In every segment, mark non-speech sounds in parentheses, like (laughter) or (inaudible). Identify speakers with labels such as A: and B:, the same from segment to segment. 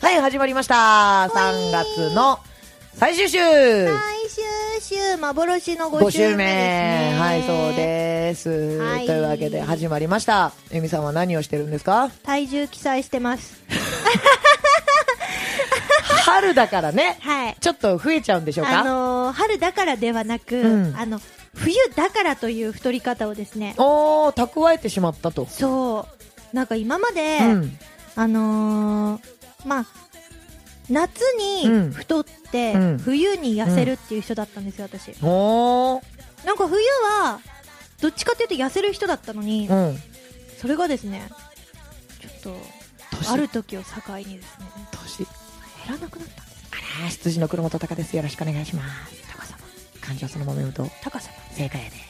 A: はい、始まりました。3月の最終週
B: 最終週幻の
A: 5
B: 5
A: 週
B: 週目です
A: 目
B: ね
A: はいそうです、
B: はい
A: というわけで始まりましたえみさんは何をしてるんですか
B: 体重記載してます
A: 春だからね
B: はい
A: ちょっと増えちゃうんでしょう
B: あ
A: か
B: のー春だからではなく、
A: うん
B: あの冬だからという太り方をですね
A: おー蓄えてしまったと、
B: そうなんか今まで、
A: うん
B: あのーまあ夏
A: うん
B: に太って、
A: うん
B: 冬に痩せるっていう人だったんですよ私
A: おー
B: なんか冬はどっちかというと痩せる人だったのに、
A: うん
B: それがですねちょっと
A: 年
B: ある時を境にですね
A: 年
B: 減らなくなったんです
A: あら羊の黒本隆ですよろしくお願いします
B: 高さま
A: 感情そのまま読むと
B: 高さ
A: 正解やで、うん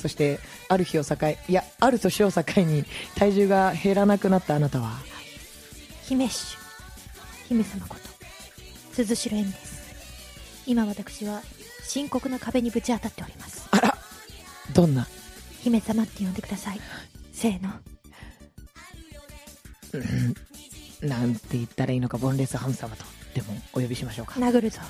A: そしてある日を境いやある年を境に体重が減らなくなったあなたは
B: 姫ッシュ姫様こと鈴代恵美です今私は深刻な壁にぶち当たっております
A: あらどんな
B: 姫様って呼んでくださいせーの
A: なんて言ったらいいのか、ボンレスハム様とでもお呼びしましょうか。
B: 殴るぞ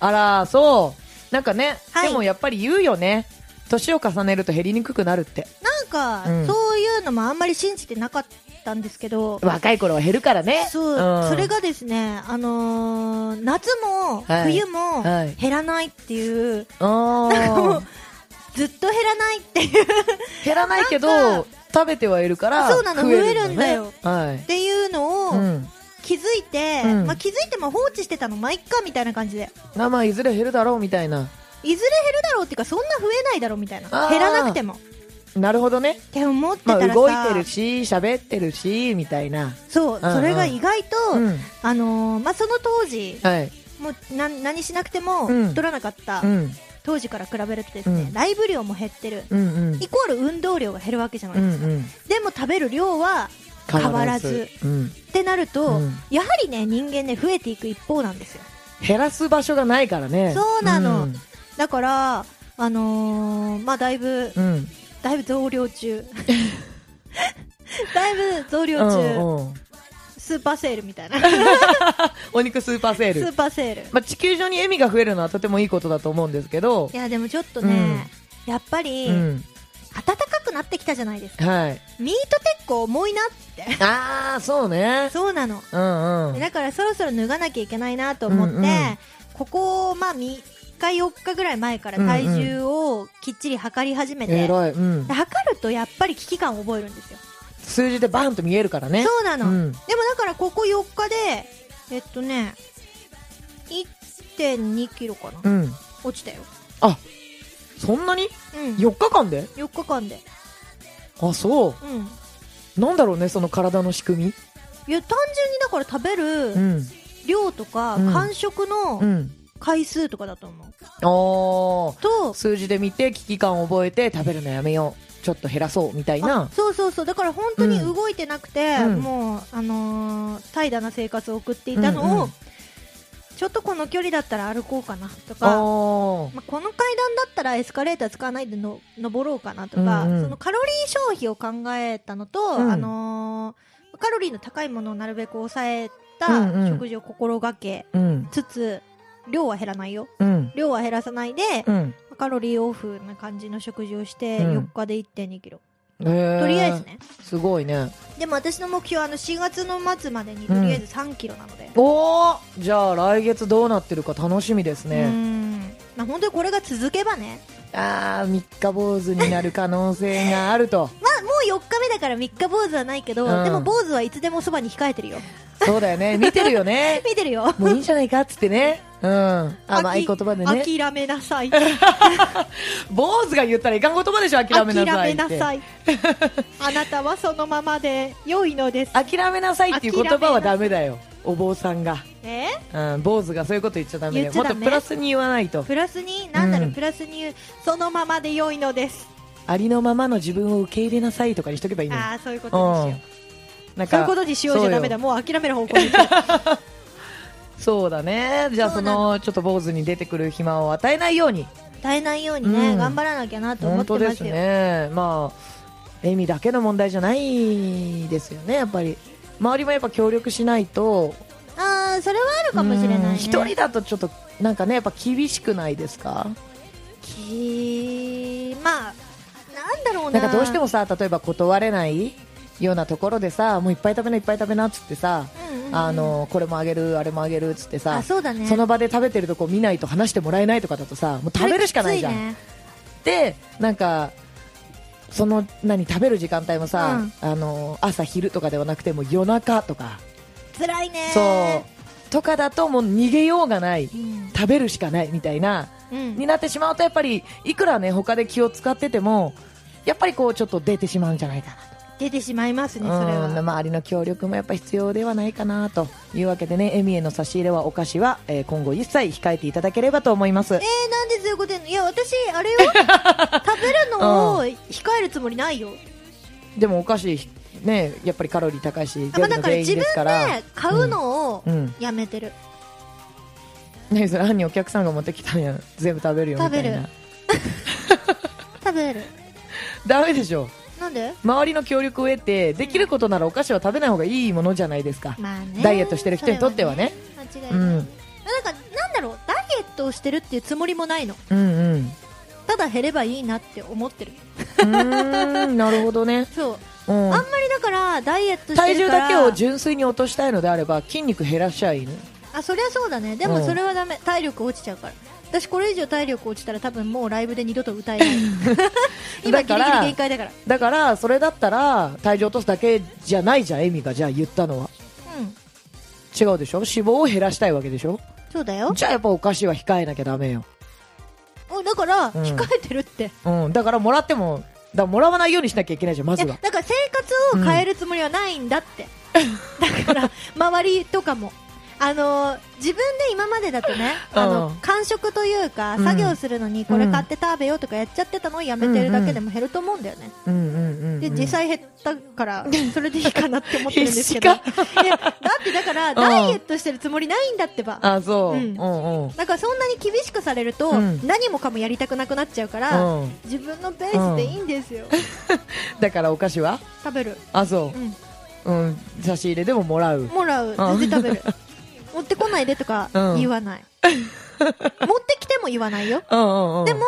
A: あら、そう。なんかね、
B: はい
A: でもやっぱり言うよね。年を重ねると減りにくくなるって。
B: なんか、
A: うん
B: そういうのもあんまり信じてなかったんですけど
A: 若い頃は減るからね。
B: そう、
A: ん
B: それ。がですね、あのー夏も
A: はい
B: 冬も
A: はい
B: 減らないっていう、
A: あ
B: なんか
A: ー
B: もうずっと減らないっていうっ
A: 減らないけ
B: な
A: ど、食べてはいるから。
B: そうなの
A: ねはい。
B: ていうの
A: う
B: を
A: ん。
B: 気づいて、
A: うん
B: まあ、気づいても放置してたのまあいっかみたいな感じで
A: まあまあ、いずれ減るだろうみたいな。
B: いずれ減るだろうっていうかそんな増えないだろうみたいな
A: あー
B: 減らなくてもっ
A: なるほどね。
B: て思って
A: ま
B: た
A: あ、
B: らさ、
A: 動いてるし、喋ってるし、みたいな。う
B: そう
A: んうん
B: それが意外と、
A: うん。
B: あのーまあ、その当時
A: はい。
B: もうな何しなくても
A: うん
B: 太らなかった、
A: うん。
B: 当時から比べるとですね、
A: うん
B: ライブ量も減ってる
A: うんうん
B: イ。コール運動量が減るわけじゃな
A: う
B: い
A: ん
B: ですか、
A: うん。
B: でも食べる量は変わらず。
A: うん。
B: ってなると、
A: うん
B: やはりね人間ね増えていく一方なんですよ
A: 減らす場所がないからね
B: そうなの
A: うん
B: だからあのーまあだいぶ
A: うん
B: だいぶ増量中 (laughs) だいぶ増量中、
A: うんうん
B: スーパーセールみたいな
A: お肉スーパーセー
B: スー
A: ル、
B: パーセール
A: まあ、地球上に笑みが増えるのはとてもいいことだと思うんですけど
B: いやでもちょっとね、やっぱり、
A: うん
B: 暖かくなってきたじゃないですか
A: はい
B: ミートテック重いなって (laughs)
A: ああそうね
B: そうなの
A: うんうん
B: だからそろそろ脱がなきゃいけないなと思って、
A: うんうん
B: ここ、まあ、3日4日ぐらい前から体重をきっちり測り始めて、
A: えらい、うん
B: で、測るとやっぱり危機感を覚えるんですよ、
A: 数字でバーンと見えるからね
B: そうなの、
A: うん
B: でもだからここ4日でえっとね1 2キロかな、
A: うん
B: 落ちたよ、
A: そんなに
B: うん、
A: 4日間で
B: 4日間で
A: あそ
B: うん
A: うなんだろうねその体の仕組み
B: いや単純にだから食べ
A: う
B: る
A: ん
B: 量とか、
A: うん
B: 間食
A: う
B: の
A: ん
B: 回数とかだと思
A: あ
B: う
A: あ
B: と
A: 数字で見て危機感を覚えて食べるのやめようちょっと減らそうみたい
B: あ
A: な
B: そうそうそうだから本当に
A: うん
B: 動いてなくて、
A: うん
B: もう、あのー怠惰な生活を送っていたのを、
A: うんうん
B: ちょっとこの距離だったら歩こうかなと
A: あ
B: か
A: ー
B: まあ、この階段だったらエスカレーター使わないでの登ろうかなとか、
A: うんうん
B: そのカロリー消費を考えたのと、
A: ん
B: あのーカロリーの高いものをなるべく抑え
A: うんう
B: た
A: ん
B: 食事を心がけ
A: うん
B: つつ、量は減らないよ
A: うん
B: 量は減らさないで、
A: うん
B: カロリーオフな感じの食事をして
A: うん
B: 4日で1 2キロ、
A: へー
B: とりあえずね
A: すごいね
B: でも私の目標はあの4月の末までにとりあえず3キロなので、
A: おおじゃあ来月どうなってるか楽しみです
B: う
A: ね、
B: んまあ、本当にこれが続けばね
A: ああ三日坊主になる可能性がある
B: (laughs)
A: と
B: もう4日目だから3日坊主はないけど、
A: うん
B: でも坊主はいつでもそばに控えてるよ
A: そうだよね見てるよね
B: 見てるよ
A: もういいんじゃないかっつってね、うん。
C: 甘い言葉でね。
B: 諦めなさい。
A: 坊主が言ったらいかん言葉でしょ、諦めなさいって。
B: 諦めなさいあなたはそのままで良いのです
A: 諦めなさいっていう言葉はダメだよ。お坊さんが。
B: え
A: うん、坊主がそういうこと言っちゃダメだよ。も
B: 言っ
A: っ
B: ちゃダ
A: と
B: メ
A: プラスに言わないと。
B: プラスに何だろう、
A: うん
B: プラスに言うそのままで良いのです
A: ありのままの自分を受け入れなさいとかにしとけばいいのよ。
B: ああそういうこと
A: う
B: にしよう、
A: ん。なん
B: そういうことにしようじゃダメだ
A: そうよ
B: もう諦める方向に
A: (laughs)
B: 行こう
A: そうだね。じゃあ
B: そ
A: そう
B: なの
A: の、ちょっと坊主に出てくる暇を与えないように。
B: 耐えないようにね、
A: うん
B: 頑張らなきゃなと思
A: 本
B: って
A: 当
B: ま
A: ですす
B: よ
A: ね、まあ、エミだけの問題じゃないですよね、やっぱり、周りもやっぱ協力しないと、
B: ああそれはあるかもしれないね
A: うん一人だとちょっと、なんかね、やっぱ厳しくないですか、
B: きまあなんだろう
A: な
B: なん
A: かどうしてもさ、例えば断れないようなところでさ、もういっぱい食べな、いっぱい食べなっつってさ、
B: うんうんうん
A: あのこれもあげる、あれもあげるっつってさ、
B: あそうだね
A: その場で食べてるとこ見ないと話してもらえないとかだとさ、もう食べるしかないじゃん。
B: それきつ
A: で
B: ね
A: なんかその何食べる時間帯もさ、あの朝昼とかではなくてもう夜中とか、
B: 辛いね
A: そうとかだともう逃げようがない、
B: うん
A: 食べるしかないみたいな、
B: うん
A: になってしまうとやっぱりいくらね他で気を使っててもやっぱりこうちょっと出てしまうんじゃないかな
B: 出てしまいますねそれ
A: うん
B: は
A: 周りの協力もやっぱ必要ではないかなというわけでねエミへの差し入れはお菓子は、えー今後一切控えていただければと思います
B: えー、なんでそういうこと言うのいや私
A: (laughs)
B: あれよ食べるのを控えるつもりないよ、
A: でもお菓子ねやっぱりカロリー高いし
B: あま
A: 料理
B: あ、だ
A: の
B: から
A: 原因
B: 自
A: で
B: 分
A: すから
B: で買うのを
A: うんうん
B: やめてる、
A: 何それ兄お客さんが持ってきたんや全部食べるよみたい
B: 食べ
A: な
B: る食べる
A: ダメでしょ
B: なんで
A: 周りの協力を得てできることならお菓子は食べない方がいいものじゃないですか、
B: まあね
A: ダイエットしてる人にとってはね
B: それはね間違
A: う
B: い
A: ん、
B: ない、なんかなんだろうダイエットをしてるっていうつもりもないの
A: うんうん
B: ただ減ればいいなって思ってる
A: うー
B: (laughs)
A: んなるほどね、
B: そ
A: う
B: う、
A: ん
B: あんまりだからダイエットして
A: 体
B: る
A: 重
B: から
A: だけを純粋に落としたいのであれば筋肉減らしちゃいいの
B: あそりゃそうだねで
A: う
B: も
A: ん
B: それはダメ体力落ちちゃうから私これ以上体力落ちたら多分もうライブで二度と歌え
A: (laughs)
B: ない今
A: だ
B: ギ
A: から
B: リギリ限界だから
A: だからそれだったら体重落とすだけじゃないじゃんエミがじゃあ言ったのは
B: うん
A: 違うでしょ脂肪を減らしたいわけでしょ
B: そうだよ
A: じゃあやっぱお菓子は控えなきゃダメよ
B: おだから
A: ん
B: 控えてるって、
A: うん、だからもらっても、だからもらわないようにしなきゃいけないじゃん、まず
B: いや
A: は。
B: だから生活を変えるつもりはないんだって、だから周りとかもあのー自分で今までだとね、
A: (laughs) うん
B: あの間食というか
A: うん
B: 作業するのにこれ買って食べようとかやっちゃってたのをやめてるだけでも減ると思うんだよね、
A: うんうんうんうん。
B: で実際減ったからそれでいいかなって思ってるんです
A: (laughs)
B: けどいや
A: 必
B: だってだからダイエットしてるつもりないんだってば
A: あ、そう。
B: う
A: うんんうん。
B: だからそんなに厳しくされると、
A: うん
B: 何もかもやりたくなくなっちゃうから、
A: うん
B: 自分のペースでいいんですよ、
A: だからお菓子は
B: 食べる、。
A: あ、そう
B: ん、
A: うん、差し入れでももらう。
B: もらう
A: うん
B: 全然食べる (laughs) 持ってこないでとか
A: うん
B: 言わない、
A: (laughs)
B: 持ってきても言わないよ
A: うんうんうん。
B: でも、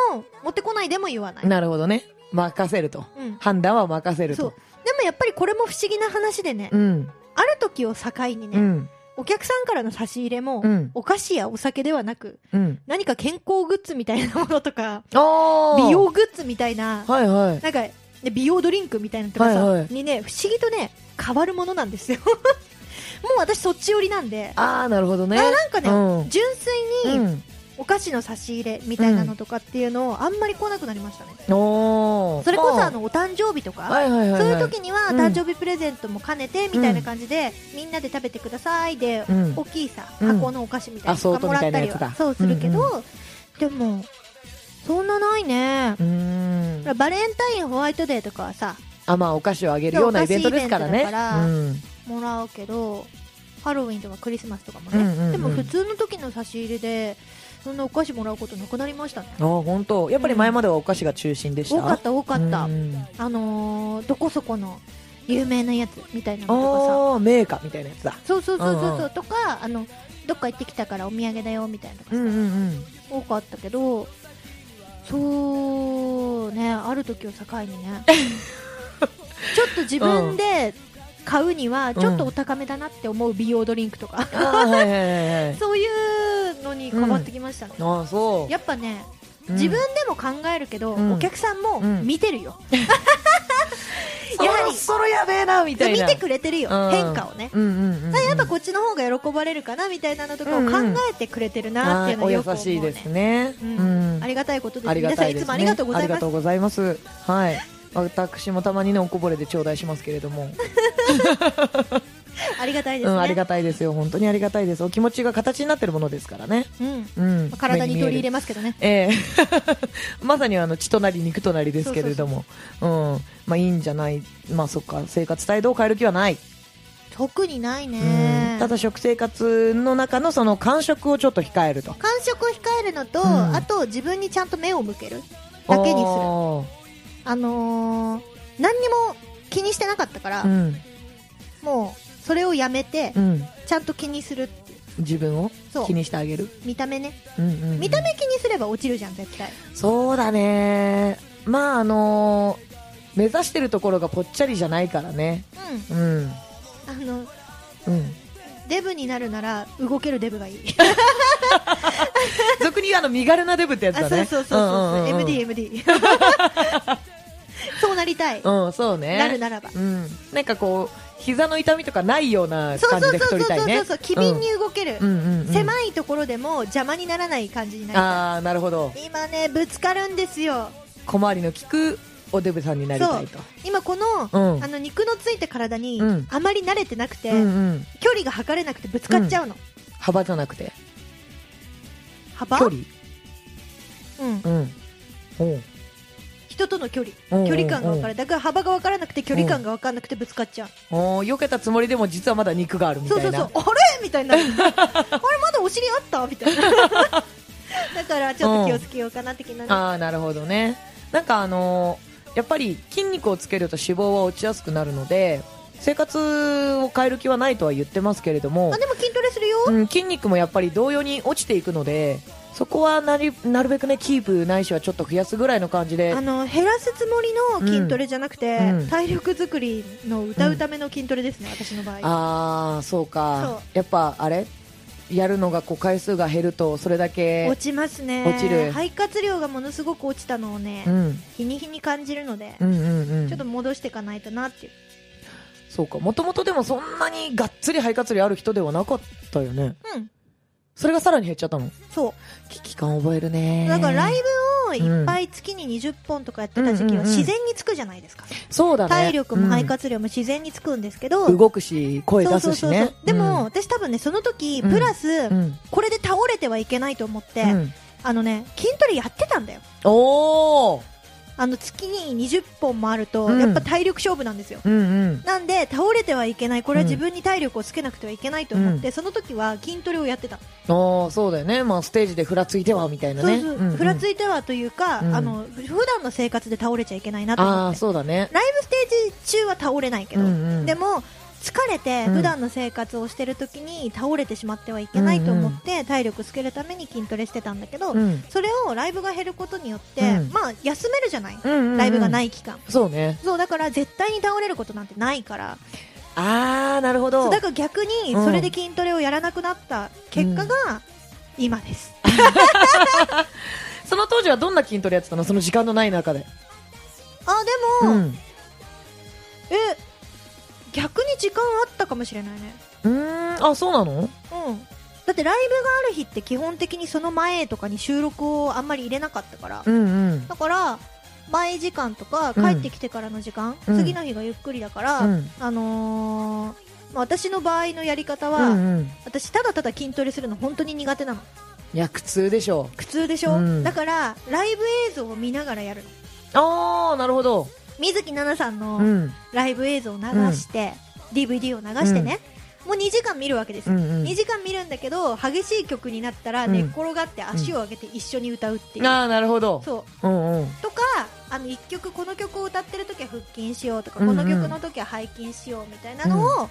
B: 持ってこないでも言わない
A: なるほどね。任せると
B: うん。
A: 判断は任せる
B: そう
A: と。
B: でもやっぱりこれも不思議な話でね、
A: うん。
B: ある時を境にね、
A: うん。
B: お客さんからの差し入れも、
A: うん
B: お菓子やお酒ではなく
A: うん。
B: 何か健康グッズみたいなものとか
A: あー
B: 美容グッズみたいな
A: はいはい。
B: なんか、ね、美容ドリンクみたいなのとかさ、
A: はいはい
B: にね不思議とね変わるものなんですよ (laughs) もう私そっち寄りなんで
A: あー、なるほどね。
B: あなんかね、
A: うん
B: 純粋に、
A: うん。
B: お菓子の差し入れみたいなのとかっていうのをあんまり来なくなりましたね、
A: おー。
B: それこそ
A: ま
B: あ、のお誕生日とか、
A: はいはいはいはい。
B: そういう時には
A: うん
B: 誕生日プレゼントも兼ねてみたいな感じで、みんなで食べてくださいで、
A: うん
B: 大きいさ
A: うん
B: 箱のお菓子みたいなの
A: アソー
B: とか
A: ト
B: も
A: みた
B: らっ
A: い
B: た
A: な
B: り
A: やつ
B: は
A: だ
B: そうするけど、でもそんなないね
A: うーん。
B: バレンタインホワイトデーとかはさ
A: あ、まあお菓子をあげるようなイベントですから
B: お菓子イ
A: ね。
B: ベントだから
A: うん。
B: もらうけどハロウィンとかクリスマスとかもね、
A: うんうんうん
B: でも普通の時の差し入れでそんなお菓子もらうことなくなりましたね
A: あ本当やっぱり前まではお菓子が中心でした、
B: 多かった多かった、
A: うん
B: あのーどこそこの有名なやつみたいなのとか
A: ああ名家みたいなやつだ
B: さそうそうそうそうそう
A: うんう
B: とかあのどっか行ってきたからお土産だよみたいなのとかさ、
A: ん
B: 多かったけどそうねある時を境に
A: (laughs)
B: ねちょっと自分で買うにはちょっとお高めだなって思う美容ドリンクとか、 (laughs)
A: あーはいはいはいはい
B: そういうのに変わってきましたね、
A: あーそう
B: やっぱね
A: うん
B: 自分でも考えるけど、
A: うん
B: お客さんも
A: うん
B: 見てるよ、
A: そ
B: やは
A: ろ
B: り
A: そろやべえなみたい
B: 見
A: な
B: てくれてるよ、
A: うん
B: 変化をね、
A: うんうんうんうん
B: やっぱこっちの方が喜ばれるかなみたいなのとかを考えてくれてるなっていうの
A: は
B: はいよく
A: お優
B: 思う、
A: しいで
B: ね
A: すね、
B: う
A: うん
B: ん、ありがたいことです
A: ありが
B: 皆さ
A: た
B: ん
A: い
B: い
A: です、ね、
B: つもありがとうござ
A: あ
B: いま
A: りが
B: す
A: とうございますはい私もたまにねおこぼれで頂戴しますけれども、
B: ありがたいで
A: う
B: す
A: ん、
B: ね、
A: ありがたいですよ本当にありがたいですお気持ちが形になってるものですからね、
B: うんま
A: うん
B: あ、体に取り入
A: れ
B: れますけどね
A: ええ (laughs) まさにあの血となり肉となりですけれどもうんまあいいんじゃないまあそっか生活態度を変える気はない、
B: 特にない
A: うん
B: ね
A: ただ食生活の中のその感触をちょっと控えると
B: 感触を控えるのと、
A: うん
B: あと自分にちゃんと目を向けるだけにする
A: おー
B: あのー何にも気にしてなかったから、
A: うん
B: もうそれをやめて
A: うん
B: ちゃんと気にするっていう
A: 自分を
B: そう
A: 気にしてあげる
B: 見た目ね
A: うんうんうん
B: 見た目気にすれば落ちるじゃん絶対
A: そうだねまああの目指してるところがぽっちゃりじゃないからね
B: う
A: うん
B: んあの
A: うん
B: デブになるなら動けるデブがいい
A: 俗に言うあの身軽なデブってやつ
B: あ
A: だ
B: そう
A: ね
B: そうそうそう,、
A: んんんん
B: MDMD (laughs) そうなりたい、
A: うんそうね
B: なるならば
A: うんなんかこう膝の痛みとかないような
B: そう
A: 感
B: そ
A: じ
B: う
A: で
B: そ
A: 太
B: うそう
A: り
B: そ
A: たいう
B: そ
A: ね
B: うそう機敏に動ける、
A: うんうんうんい
B: 狭いところでも邪魔にならない感じになりた
A: ああなるほど
B: い今ねぶつかるんですよ
A: 小回りの利くおデブさんになりたいと
B: 今この、
A: うん
B: あの肉のついた体に
A: うん
B: あまり慣れてなくて、
A: うんうん
B: 距離が測れなくてぶつかっちゃうの、
A: 幅じゃなくて
B: 幅
A: 距離
B: うん、
A: うんおう
B: 人との距離
A: うんうん
B: 距離感が分からないだから幅が分からなくて距離感が分からなくてぶつかっちゃう、
A: おー避けたつもりでも実はまだ肉があるみた
B: そ
A: いうな
B: そうそうあれみたいになる (laughs) あれまだお尻あったみたいな (laughs) だからちょっと気をつけようかな的なね、
A: ああなるほどねなんかあのーやっぱり筋肉をつけると脂肪は落ちやすくなるので生活を変える気はないとは言ってますけれども
B: あ、でも筋トレするよ、
A: うん、筋肉もやっぱり同様に落ちていくのでそこはなりなるべくねキープないしはちょっと増やすぐらいの感じで
B: あの減らすつもりの筋トレじゃなくて、
A: うん
B: 体力作りの歌うための筋トレですね、私の場合
A: ああそうか
B: そ
A: やっぱあれやるのがこう回数が減るとそれだけ
B: 落ちますね
A: 落ちる
B: 肺活量がものすごく落ちたのをね、
A: うん
B: 日に日に感じるので、
A: うんうんうん
B: ちょっと戻していかないとなっていう
A: そうかもともとでもそんなにがっつり肺活量ある人ではなかったよね
B: うん
A: それがさらに減っちゃったの
B: そ
A: 危機感覚えるね
B: うだからライブをいっぱい月に20本とかやってた時期は
A: うんうんうん
B: 自然につくじゃないですか、
A: そうだね
B: 体力も肺活量も自然につくんですけど、
A: うん動くし声
B: そう
A: 出
B: そう
A: すし
B: そうそう、
A: ね
B: でも、私多分ねその時プラス、
A: うんうん
B: これで倒れてはいけないと思って、
A: うん
B: あのね筋トレやってたんだよ
A: おお
B: あの月に20本もあると、
A: うん
B: やっぱ体力勝負なんですよ
A: うんうん
B: なんで倒れてはいけないこれは自分に体力をつけなくてはいけないと思って、その時は筋トレをやってた、
A: ああそうだよねまあステージでふらついてはみたいな
B: そう
A: ね
B: そう、
A: んん
B: ふらついてはというか、
A: うん
B: あの普段の生活で倒れちゃいけないなと
A: あ
B: 思
A: あ
B: って
A: そうだね
B: ライブステージ中は倒れないけど、
A: うんうん
B: でも疲れて
A: うん
B: 普段の生活をしてる時に倒れてしまってはいけないと思って、体力つけるために筋トレしてたんだけど、
A: うん
B: それをライブが減ることによって、
A: うん
B: まあ休めるじゃない、
A: うんうんうん
B: ライブがない期間
A: そうね
B: そうだから絶対に倒れることなんてないから
A: ああなるほど
B: だから逆に
A: うん
B: それで筋トレをやらなくなった結果が今です、
A: その当時はどんな筋トレやってたのその時間のない中で
B: あ
A: う
B: でも、
A: ん
B: え逆に時間あったかもしれないね
A: うーんあそうなの
B: うんだってライブがある日って基本的にその前とかに収録をあんまり入れなかったから、
A: うんうん
B: だから前時間とか
A: うん
B: 帰ってきてからの時間、
A: うん
B: 次の日がゆっくりだから、
A: うん
B: あのーまあ私の場合のやり方
A: う
B: は、
A: んうん
B: 私ただただ筋トレするの本当に苦手なの
A: いや苦痛でしょ
B: 苦痛でしょ、
A: うん
B: だからライブ映像を見ながらやるの
A: うああなるほど
B: 水木奈々さん
A: う
B: の
A: ん
B: ライブ映像を流して、DVD を流してね、もう2時間見るわけです
A: う
B: よ、
A: ん
B: 2時間見るんだけど激しい曲になったら
A: うん
B: 寝っ転がって足を上げて一緒に歌うって
A: う
B: い
A: ん
B: う、
A: ああなるほど
B: そう
A: うんうん
B: とかあの1曲この曲を歌ってる時は腹筋しようとか、
A: うんうん
B: この曲の時は背筋しようみたいなのを、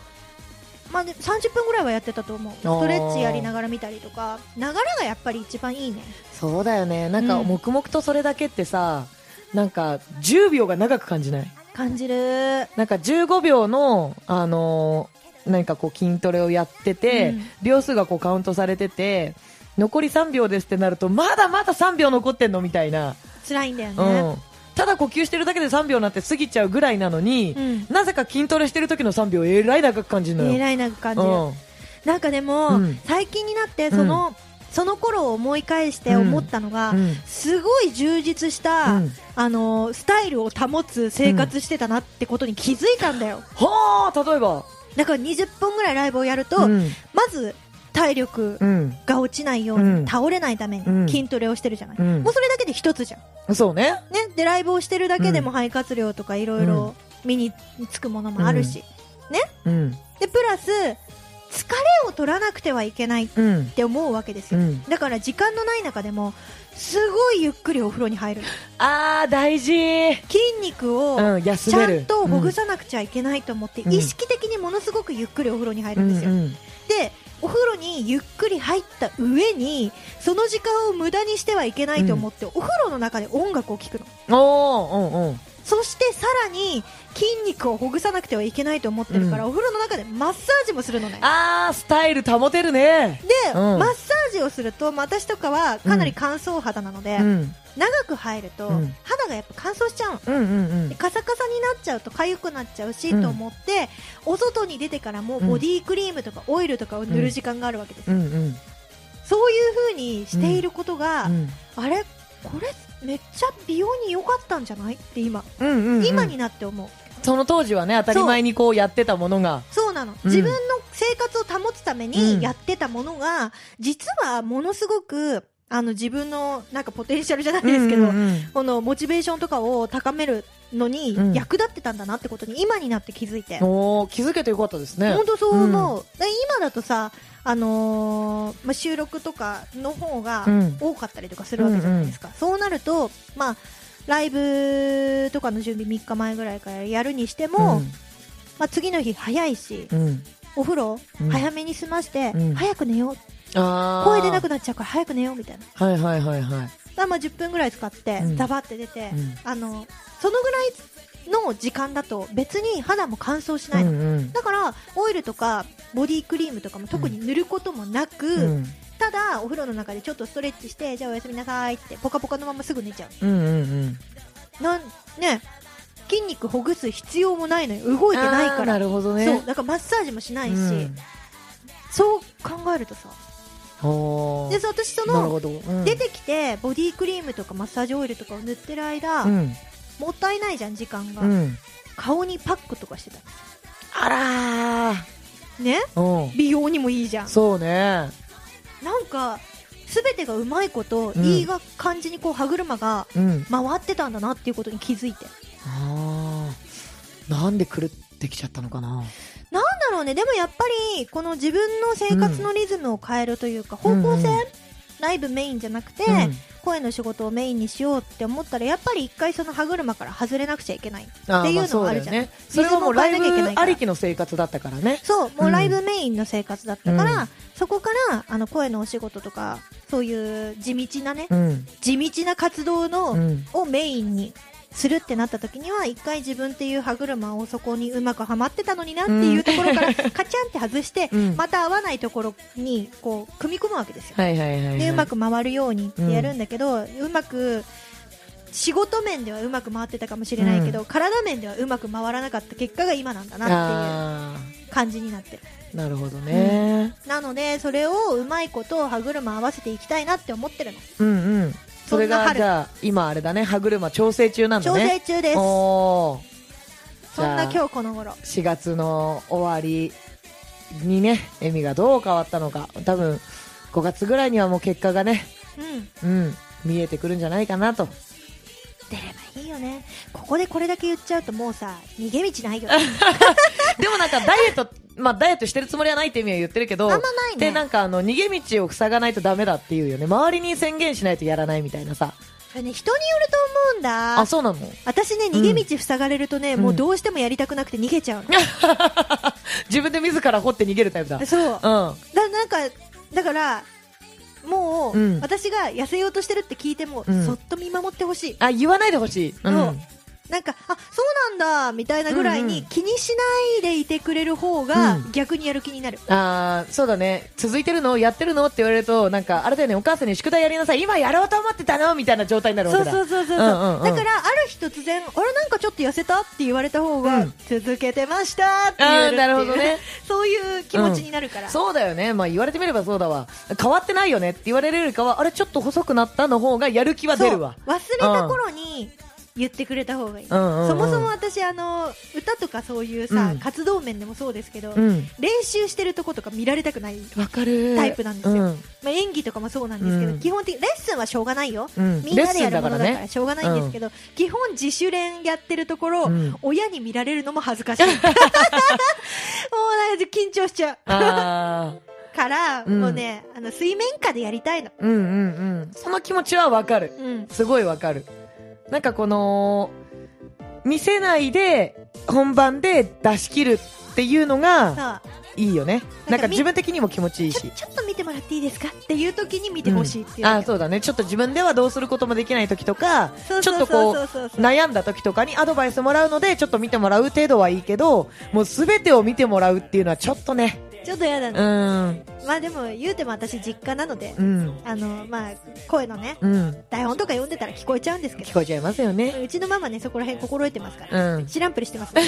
B: まあ、で30分ぐらいはやってたと思うストレッチやりながら見たりとか流れがやっぱり一番いいね
A: そうだよねなんか
B: うん
A: 黙々とそれだけってさ、なんか10秒が長く感じない
B: 感じる
A: なんか15秒の、あのー何かこう筋トレをやってて、
B: うん
A: 秒数がこうカウントされてて残り3秒ですってなるとまだまだ3秒残ってんのみたいな、
B: 辛いんだよね、
A: うん、ただ呼吸してるだけで3秒なんて過ぎちゃうぐらいなのに、
B: うん
A: なぜか筋トレしてる時の3秒えらい長く感じるのよ。
B: えらいなんか感じる、なんかでも、
A: うん
B: 最近になってその、その頃を思い返して思ったのが、
A: うんうん
B: すごい充実した、
A: うん
B: あのスタイルを保つ生活してたなってことに気づいたんだよ、
A: はあ例えば、
B: だから20本ぐらいライブをやると、
A: うん
B: まず体力
A: うん
B: が落ちないように、
A: うん
B: 倒れないため
A: うん
B: に筋トレをしてるじゃない、
A: うん
B: もうそれだけで一つじゃん、
A: そうね、
B: ね、でライブをしてるだけでも肺活量とかいろいろ身につくものもあるし、
A: うん
B: でプラス疲れを取らなくてはいけないっ
A: うん
B: て思うわけです
A: う
B: よ、
A: ん、
B: だから時間のない中でもすごいゆっくりお風呂に入る
A: あー大事、
B: 筋肉を
A: うん、休
B: ちゃ
A: める
B: んとほぐさなくちゃいけないと思って、
A: うん
B: 意識的にものすごくゆっくりお風呂に入
A: う
B: るん
A: ん
B: ですよ、
A: うんうん
B: でお風呂にゆっくり入った上にその時間を無駄にしてはいけないと思って、お風呂の中で音楽を聴くの
A: おーうんうん
B: そしてさらに筋肉をほぐさなくてはいけないと思ってるから、
A: う
B: お風呂の中でマッサージもするのね
A: あースタイル保てるね
B: で、
A: うん
B: マッサージをすると、まあ、私とかはかなり乾燥肌なので、
A: うん
B: 長く入ると、
A: うん
B: 肌がやっぱ乾燥しちゃうの
A: うんうん
B: でカサカサになっちゃうと痒くなっちゃうし、
A: うん
B: と思ってお外に出てからも
A: うん
B: ボディクリームとかオイルとかを塗る時間があるわけです、
A: うんうん
B: そういう風にしていることが、
A: うん
B: あれこれめっちゃ美容に良かったんじゃないって今、
A: うんうんうん
B: 今になって思う
A: その当時はね当たり前にこうやってたものが
B: そうなの、
A: うん
B: 自分の生活を保つため
A: うん
B: にやってたものが、実はものすごくあの自分のなんかポテンシャルじゃないですけど、
A: うんうんうん
B: このモチベーションとかを高めるのに
A: うん
B: 役立ってたんだなってことに今になって気づいて、
A: おー気づけてよかったですね
B: 本当そう思う、で今だとさ、あのーまあ、収録とかの方が
A: うん
B: 多かったりとかするわけじゃないですか、そうなると、まあ、ライブとかの準備3日前ぐらいからやるにしても、まあ、次の日早いし、
A: うんうん
B: お風呂
A: うん
B: 早めに済まして、
A: うん
B: 早く寝よう
A: あー
B: 声出なくなっちゃうから早く寝ようみたいなだか
A: はいはいはいはい
B: らまあ10分ぐらい使って
A: うん
B: ザバって出て、
A: うん
B: あのそのぐらいの時間だと別に肌も乾燥しないの、
A: うん
B: だからオイルとかボディクリームとかも特に塗ることもなく、
A: うんうん
B: ただお風呂の中でちょっとストレッチしてじゃあおやすみなさいってポカポカのまますぐ寝ちゃ
A: うんうん
B: うなんね筋肉ほぐす必要もないのよ動いてない
A: あー
B: か
A: な
B: ら、
A: るほどね
B: そうだからマッサージもしないし、
A: うん
B: そう考えるとさ
A: おー
B: でそう私そ
A: なる
B: の
A: ほどうん
B: 出てきてボディクリームとかマッサージオイルとかを塗ってる間、
A: うん
B: もったいないじゃん時間が、
A: うん
B: 顔にパックとかしてた
A: あらー
B: ね
A: うん
B: 美容にもいいじゃん
A: そうね
B: なんか全てがうまいこと、
A: うん
B: いいが感じにこう歯車が
A: うん
B: 回ってたんだなっていうことに気づいて
A: あーなんで狂ってきちゃったのかな
B: なんだろうねでもやっぱりこの自分の生活のリズムを変えるというか、
A: うん
B: 方向性、
A: うん
B: ライブメインじゃなくて、
A: うん
B: 声の仕事をメインにしようって思ったらやっぱり一回その歯車から外れなくちゃいけない
A: あー
B: っていうの
A: ま
B: は
A: そうだよ
B: あるじゃん
A: ねそれはもうライ
B: 水も変え
A: ブ
B: なきゃいけないから
A: ありきの生活だったからね
B: そうもううんライブメインの生活だったから、
A: うん
B: そこからあの声のお仕事とかそういう地道なね、
A: うん
B: 地道な活動の、
A: うん
B: をメインにするってなった時には一回自分っていう歯車をそこにうまくはまってたのになっていうところからカチャンって
A: (laughs)
B: 外して、
A: うん
B: また合わないところにこう組み込むわけですよ、
A: はいはいはいはい
B: でうまく回るようにってやるんだけど、うまく仕事面ではうまく回ってたかもしれないけど、
A: う
B: 体面ではうまく回らなかった結果が今なんだなっ
A: あ
B: ていう感じになってる
A: ーなるほどね
B: なのでそれをうまいこと歯車合わせていきたいなって思ってるの
A: うんうんそれ
B: そんな
A: が
B: 春
A: じゃあ今あれだね歯車調整中なんだ
B: 調整
A: ね
B: 中ですそ
A: おー
B: んな
A: じゃ
B: 今日この頃
A: 4月の終わりにねエミがどう変わったのか多分5月ぐらいにはもう結果がね、
B: うん
A: うん、見えてくるんじゃないかなと
B: 出ればいいよねここでこれだけ言っちゃうともうさ逃げ道ないよ
A: (laughs) (laughs) でもなんかダイエットまあダイエットしてるつもりはないって意味は言ってるけど
B: あんまないね
A: でなんかあの逃げ道を塞がないとダメだっていうよね周りに宣言しないとやらないみたいなさ
B: それね人によると思うんだ
A: あそうなの
B: 私ね逃げ道塞がれるとね、
A: うん
B: もうどうしてもやりたくなくて逃げちゃうの、
A: 自分で自ら掘って逃げるタイプだ
B: そう
A: うん
B: だなんかだからもう、
A: うん
B: 私が痩せようとしてるって聞いても、
A: うん
B: そっと見守ってほしい
A: あ言わないでほしい、うん
B: そうなんかあそうなんだみたいなぐらい
A: うんう
B: に
A: ん
B: 気にしないでいてくれる方が
A: うん
B: 逆にやる気になる、
A: あーそうだね続いてるのやってるのって言われるとなんかあれだよねお母さんに宿題やりなさい今やろうと思ってたのみたいな状態になるわ
B: そ
A: け
B: う
A: だ
B: そうそうそう,、
A: うんうんうん
B: だからある日突然あれなんかちょっと痩せたって言われた方が、
A: うん
B: 続けてましたって言えるっていう
A: あーなるほどね
B: そういう気持ちになるから、
A: そうだよね、まあ、言われてみればそうだわ変わってないよねって言われるよりかはあれちょっと細くなったの方がやる気は出るわ
B: そう忘れた頃に言ってくれた方がいい、
A: うんうんうん
B: そもそも私あの歌とかそういうさ、
A: うん
B: 活動面でもそうですけど、
A: うん
B: 練習してるとことか見られたくない、
A: わかる
B: タイプなんですよ
A: うん
B: まあ、演技とかもそうなんですけど、
A: うん
B: 基本的レッスンはしょうがないよ、
A: うん
B: みんなで
A: レッスン
B: やるも
A: だか
B: の
A: ら
B: だ
A: ね
B: からしょうがないんですけど、基本自主練やってるところ、
A: うん
B: 親に見られるのも恥ずかしい (laughs) もうなんか緊張しちゃ
A: あー
B: うから、
A: うん
B: もうねあの水面下でやりたいの、
A: うんうんうんその気持ちはわかる
B: うん、
A: すごいわかるなんかこの見せないで本番で出し切るっていうのが
B: さあ
A: いいよね
B: な
A: なんん
B: か
A: か
B: み
A: 自分的にも気持ちいい
B: ちょ
A: し
B: ちょっと見てもらっていいですかっていう時に見てほしいっていう、
A: あそうだねちょっと自分ではどうすることもできない時とか
B: そう
A: ち
B: そ
A: ょっ
B: う
A: と
B: そ
A: こ
B: う
A: う
B: そうそうそう
A: 悩んだ時とかにアドバイスもらうのでちょっと見てもらう程度はいいけどもう全てを見てもらうっていうのはちょっとね
B: ちょっとやだ
A: う
B: ね、
A: ーん
B: まあでも言うても私実家なので、
A: うん
B: あのまあ声のね
A: うん
B: 台本とか読んでたら聞こえちゃうんですけど
A: 聞こえちゃいますよね
B: うちのママねそこら辺心得てますか
A: う
B: ら、
A: ん
B: 知らんぷりしてます、ね、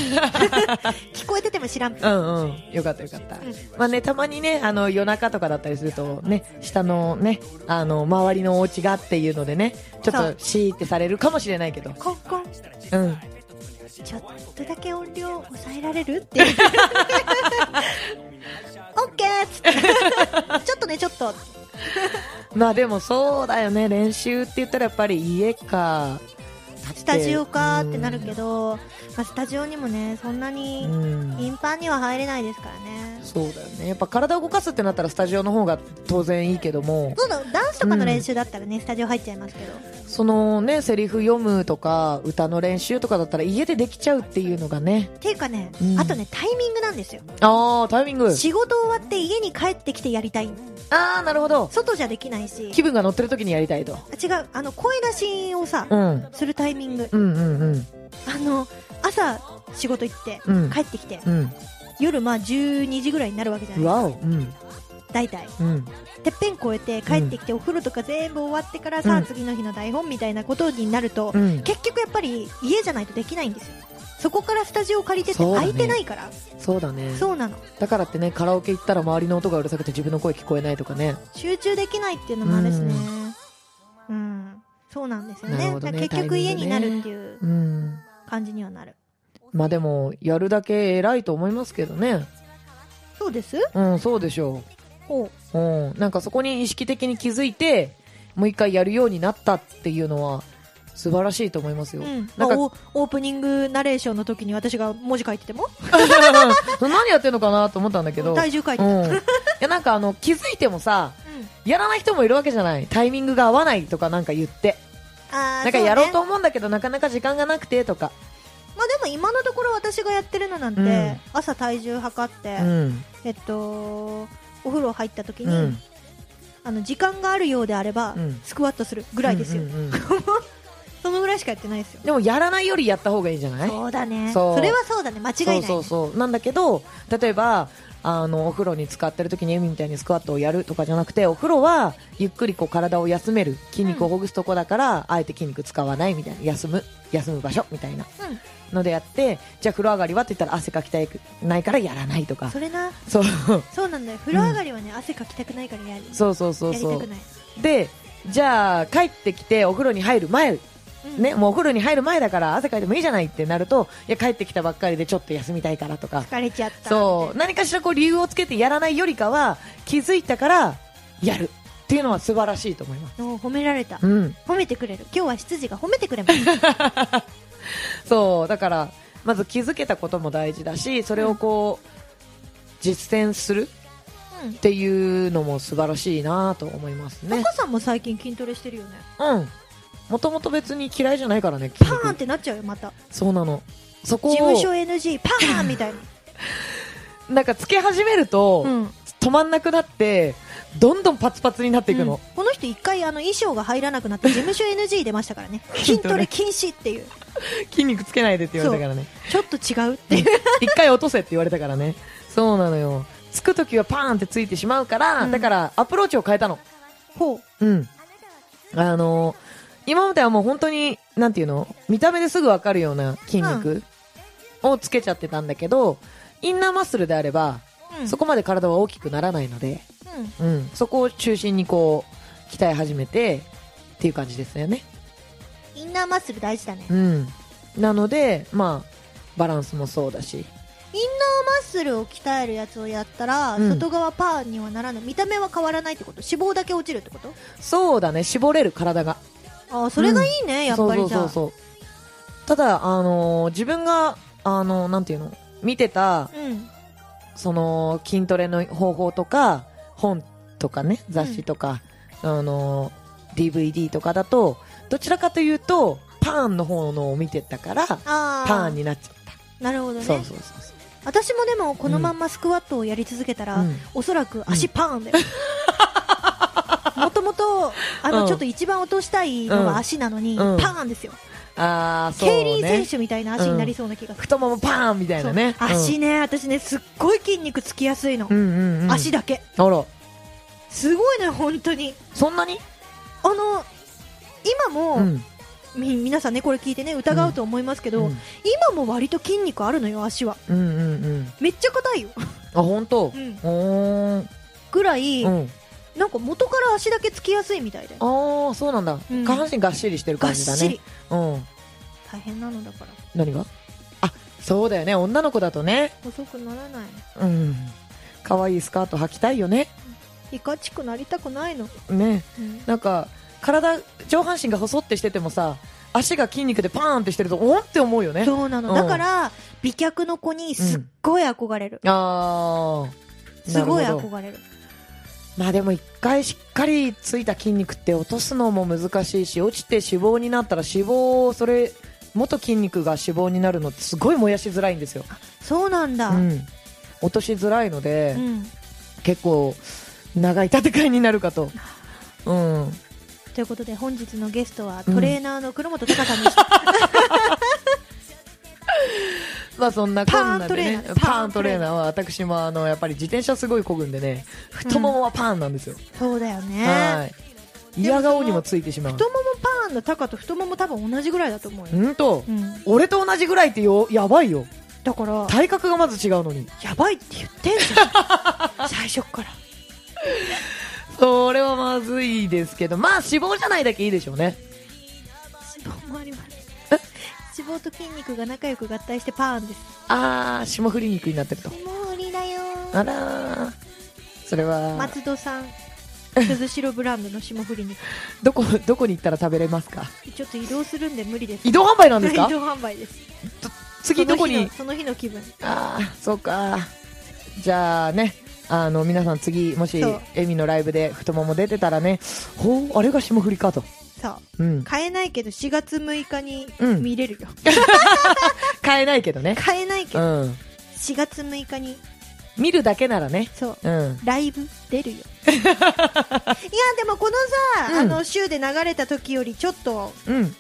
B: 聞こえてても知らんぷり
A: うんうんよかったよかった、まあねたまにねあの夜中とかだったりするとね下のねあの周りのお家がっていうのでねちょ
B: そ
A: っ
B: う
A: とシーってされるかもしれないけど
B: コンコン
A: うん
B: ちょっとだけ音量抑えられるっていうオッケーっつってちょっとねちょっと
A: まあでもそうだよね練習って言ったらやっぱり家か
B: スタジオかーってなるけど、まあ、スタジオにもねそんな
A: う
B: に
A: ん
B: 頻繁には入れないですからね
A: そうだよねやっぱ体を動かすってなったらスタジオの方が当然いいけども
B: そうだダンスとかの練習だったらね、スタジオ入っちゃいますけど
A: そのねセリフ読むとか歌の練習とかだったら家でできちゃうっていうのがね
B: っていうかね、
A: うん
B: あとねタイミングなんですよ
A: ああタイミング
B: 仕事終わって家に帰ってきてやりたい
A: ああなるほど
B: 外じゃできないし
A: 気分が乗ってる時にやりたいと、
B: あ違うあの声出しをさ、
A: うん、うん
B: するタイミング
A: うんうん
B: あの朝仕事行って、
A: うん
B: 帰ってきて
A: うん
B: 夜まあ12時ぐらいになるわけじゃ
A: う
B: ない
A: わおうん
B: 大体
A: うん
B: てっぺん越えて帰ってきて、お風呂とか全部終わってからさ、
A: うん
B: 次の日の台本みたいなことになると、
A: うん
B: 結局やっぱり家じゃないとできないんですよそこからスタジオ借りてて
A: そうだ
B: 空
A: ね
B: いてないからそう,、
A: そうだね
B: なの
A: だからってねカラオケ行ったら周りの音がうるさくて自分の声聞こえないとかね
B: 集中できないっていうのもあるしねうん、そうなんですよ
A: なる
B: ね
A: ほど
B: だ
A: ね
B: から結局
A: タイミ
B: 家
A: ングね
B: になるっていう
A: うん
B: 感じにはなる
A: まあでもやるだけ偉いと思いますけどね
B: そうです
A: うんそうでしょ
B: ほう
A: う、うん、なんかそこに意識的に気づいてもう一回やるようになったっていうのは素晴らしいと思いますよ、
B: うん
A: なんか
B: まあオオープニングナレーションの時に私が文字書いてても
A: うん (laughs) 何やってんのかなと思ったんだけど、
B: 体重書いて
A: う
B: た、
A: ん、いやなんかあの気づいてもさ
B: うん
A: やらない人もいるわけじゃないタイミングが合わないとかなんか言って
B: あー
A: なんかやろう
B: そ
A: と思うんだけど、なかなか時間がなくてとか、
B: ねまあ、でも今のところ私がやってるのなんて、
A: うん
B: 朝体重測って、
A: うん
B: えっとお風呂入った時
A: う
B: に、
A: ん、
B: あの時間があるようであれば、
A: うん
B: スクワットするぐらいですよ、
A: うんうんうん
B: そのぐらいしかやってないですよ
A: でもやらないよりやった方がいいんじゃない
B: そうだね
A: そ
B: そうれはそうだね間違いないね
A: そうそうそうなんだけど例えばあのお風呂に使ってる時にエミみたいにスクワットをやるとかじゃなくてお風呂はゆっくりこう体を休める筋肉をほぐすとこだから、あえて筋肉使わないみたいな休む休む場所みたいなのでやってじゃあ風呂上がりはって言ったら汗かきたくないからやらないと
B: うん、
A: か
B: それな
A: そう
B: そうなんだよ風呂上がりはね、汗かきたくないからやる
A: そうそうそう
B: やり
A: そ
B: たく
A: う
B: ない、
A: でじゃあ帰ってきてお風呂に入る前
B: うん
A: ね、もうお風呂に入る前だから汗かいてもいいじゃないってなるといや帰ってきたばっかりでちょっと休みたいからとか
B: 疲れちゃった
A: そう何かしらこう理由をつけてやらないよりかは気づいたからやるっていうのは素晴らしいと思います。
B: う褒められた
A: うん、
B: 褒めてくれる今日は執事が褒めてくれます
A: そうだからまず気づけたことも大事だしそれをこう実践する
B: うん
A: っていうのも素晴らしいなと思いますね
B: 中。さんも最近筋トレしてるよね
A: うんもともと別に嫌いじゃないからね、筋
B: パーンっ
A: 肉
B: てなっちゃうよまた
A: そうなの。そこ
B: 事務所
A: を、
B: NG パーンみたいな、
A: なんかつけ始めると、
B: うん、
A: 止止まんなくなってどんどんパツパツになっていくの、
B: うんこの人一回あの衣装が入らなくなって事務所 NG 出まし
A: (laughs)
B: たからね筋トレ禁止っていう
A: 筋肉つけないでって言われたからね
B: ちょっと違うっていう
A: 一回落とせって言われたからねそうなのよつく時はパーンってついてしまうから、
B: うん
A: だからアプローチを変えたの
B: ほう
A: うんあの今まではもう本当になんていうの見た目ですぐわかるような筋肉をつけちゃってたんだけど、インナーマッスルであれば、
B: うん
A: そこまで体は大きくならないので、
B: うん
A: うん、そこを中心にこう鍛え始めてっていう感じですよね
B: インナーマッスル大事だねインナー
A: うんなのでまあバランスもそうだし
B: マッスルを鍛えるやつをやったら、
A: うん
B: 外側パーにはならない見た目は変わらないってこと脂肪だけ落ちるってこと
A: そうだね絞れる体が
B: ああそれがいいね、やっぱりじゃあ
A: そうそうそうそうただあのー自分があのーなんていうの見てた
B: うん
A: その筋トレの方法とか本とかね雑誌とか、あのー DVD とかだとどちらかというとパーンの方のを見てたから
B: ああ
A: パーンになっちゃった、
B: なるほどね
A: そうそうそうそう
B: 私もでもこのまんまスクワットをやり続けたら、
A: うん
B: おそらく足パーンだよ、 (laughs) もともとあ
A: う
B: の
A: ん
B: ちょっと一番落としたいのは足なのに、
A: うん
B: パーンですよ、
A: ああそう
B: 競
A: ね
B: 輪選手みたいな足になりそうな気がする、
A: 太ももパーンみたいなね
B: そう足ね、私ねすっごい筋肉つきやすいの、
A: うん、うんうんうん、
B: 足だけ
A: あら
B: すごいね本当に
A: そんなに
B: あの今も、
A: うん
B: み皆さんねこれ聞いてね疑うと思いますけ
A: う
B: ど、
A: ん
B: 今も割と筋肉あるのよ足は
A: うんうんうん
B: めっちゃ硬いよ
A: あ本当
B: うん
A: おー
B: ぐらい、
A: うん
B: なんか元から足だけつきやすいみたいで
A: ああそうなんだ、
B: うん
A: 下半身がっしりしてる
B: が
A: 感
B: っ
A: じだ
B: し
A: ね
B: り
A: うん
B: 大変なのだから
A: 何があそうだよね女の子だとね
B: 細くならない
A: うん可愛いスカート履きたいよね
B: いかちくなりたくないの、
A: ね
B: うん
A: なんか体上半身が細ってしててもさ足が筋肉でパーンってしてるとおんって思うよね
B: そうなの、
A: うん
B: だから美脚の子にすっごい憧れる、
A: ああ
B: すごい憧れる
A: まあでも一回しっかりついた筋肉って落とすのも難しいし落ちて脂肪になったら脂肪それ元筋肉が脂肪になるのってすごい燃やしづらいんですよ、
B: そうなんだ、
A: う
B: うん
A: ん、落としづらいので、結構長い戦いになるかと、うん、
B: ということで本日のゲストはトレーナーの黒本隆さんでした、
A: (laughs) まあそんなこんなでね
B: パーントレーナー
A: パーントレーナーは私もあのやっぱり自転車すごい漕ぐんでね太ももはパーンなんですよ、
B: そうだよ
A: は
B: ね
A: い嫌顔にもついてしまう
B: 太ももパーンの高と太もも多分同じぐらいだと思うよ、
A: うんと、
B: うん、
A: 俺と同じぐらいってよやばいよ
B: だから
A: 体格がまず違うのに
B: やばいって言ってんじ
A: (laughs)
B: ゃん最初っから
A: それはまずいですけど、まあ脂肪じゃないだけいいでしょうね。
B: 脂肪もあります脂肪と筋肉が仲良く合体してパーンです
A: あー、霜降り肉になってると。
B: もうりだよ
A: あらー、それは、
B: 松戸さん鈴代ブランドの霜降り肉
A: どこ、どこに行ったら食べれますか
B: ちょっと移動するんで無理です
A: 移動販売なんですか
B: (laughs) 移動販売です
A: 次どこに
B: その日のその日の気分
A: あー、そうか。じゃあね、あの、皆さん次、もし
B: そう、
A: エミのライブで太もも出てたらね、ほう、あれが霜降りかと。
B: さ
A: うん
B: あ。買えないけど4月6日に
A: うん
B: 見れるよ、
A: 買えないけどね。
B: 買えないけ
A: う
B: ど
A: ん。
B: 4月6日に
A: 見るだけならね。
B: そう
A: うん。
B: ライブ
A: (laughs)
B: 出るよいやでもこのさ、
A: うん
B: あの週で流れた時よりちょっと
A: うん。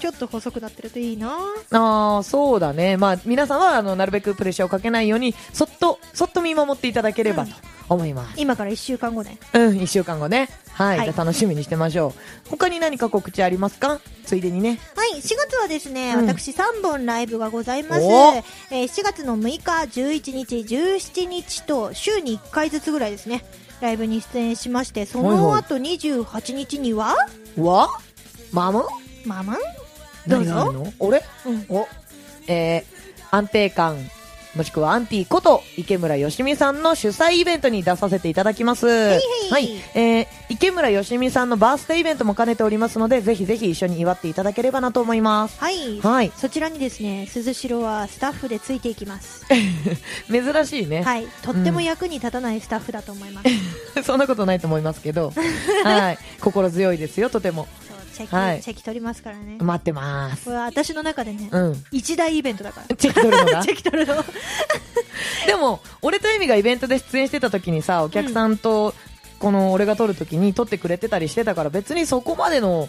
B: ちょっと細くなってるといいな
A: ああ、そうだね。まあ、皆さんは、あの、なるべくプレッシャーをかけないように、そっと、そっと見守っていただければと思います。
B: 今から1週間後ね
A: うん、一週間後ね。はい。
B: はい
A: じゃあ楽しみにしてましょう。他に何か告知ありますかついでにね。
B: はい、4月はですね、
A: うん
B: 私3本ライブがございます。
A: おー
B: えー7月の6日、11日、17日と週に1回ずつぐらいですね、ライブに出演しまして、その後28日には、
A: わマム
B: ママンどう
A: 何がある
B: ぞ。
A: の俺
B: うん、
A: お、えー、安定感、もしくはアンティこと池村よしみさんの主催イベントに出させていただきます。
B: い
A: はい。えー、池村よしみさんのバースデーイベントも兼ねておりますので、ぜひぜひ一緒に祝っていただければなと思います。
B: はい、
A: はい。
B: そちらにですね、鈴代はスタッフでついていきます。
A: 珍しいね、
B: はい、とっても役に立たないスタッフだと思います。
A: (laughs) そんなことないと思いますけ
B: (laughs)
A: ど、はい、心強いですよ、とても
B: そうチェキ、
A: はい
B: チェキ取りますからね。
A: 待ってます
B: こ。れは私の中でね、
A: うん、
B: 一大イベントだか
A: (laughs)
B: ら。
A: チェック取るのが
B: チェキ取るの。
A: でも俺とエミがイベントで出演してた時にさお客さんとこの俺が撮る時に撮ってくれてたりしてたから別にそこまでの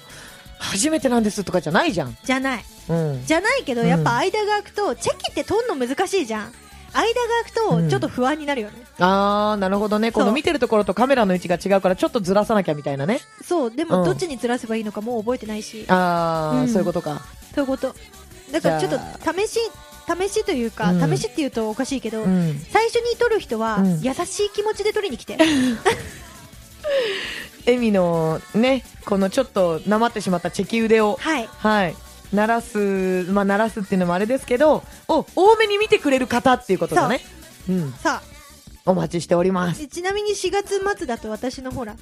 A: 初めてなんですとかじゃないじゃん、
B: じゃない
A: うん、
B: じゃないけど
A: うん
B: やっぱ間が空くと、チェキって取るの難しいじゃん間が空くとちょっと不安になるよね、
A: あーなるほどねこ
B: そ
A: の
B: う
A: 見てるところとカメラの位置が違うからちょっとずらさなきゃみたいなね
B: そうで
A: うん
B: もどっちにずらせばいいのかもう覚えてないし
A: あー、
B: うん
A: そういうことか
B: そういうことだからちょっ
A: じゃ
B: と試し試しというか、
A: うん
B: 試しっていうとおかしいけど、
A: うん
B: 最初に取る人は
A: うん
B: 優しい気持ちで取りに
A: (laughs)
B: 来て、
A: エミのねこのちょっとなまってしまったチェキ腕を
B: はい
A: はい鳴らすまあ鳴らすっていうのもあれですけどお多めに見てくれる方っていうことだねうん
B: さ
A: お待ちしておりま
B: あ
A: す
B: ちなみに4月末だと私のほら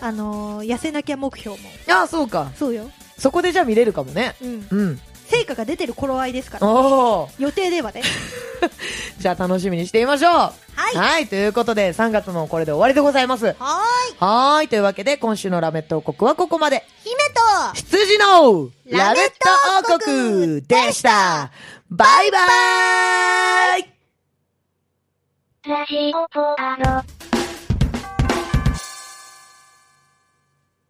B: あのー痩せなきゃ目標も
A: ああそうか
B: そうよ、
A: そこでじゃあ見れるかもね
B: うん、
A: うん
B: 成果が出てる頃合いですから
A: おお
B: 予定ではね
A: じゃあ楽しみにしていましょうは
B: (laughs) はい
A: ということで3月もこれで終わりでございます
B: はーい
A: はーいというわけで今週のラメット王国はここまで
B: 姫と
A: 羊のラ
B: ラ
A: メ
B: メ
A: ッ
B: ッ
A: ト
B: ト
A: 王
B: 王
A: 国
B: 国
A: でしたバイバーイ
C: ラジオポアド。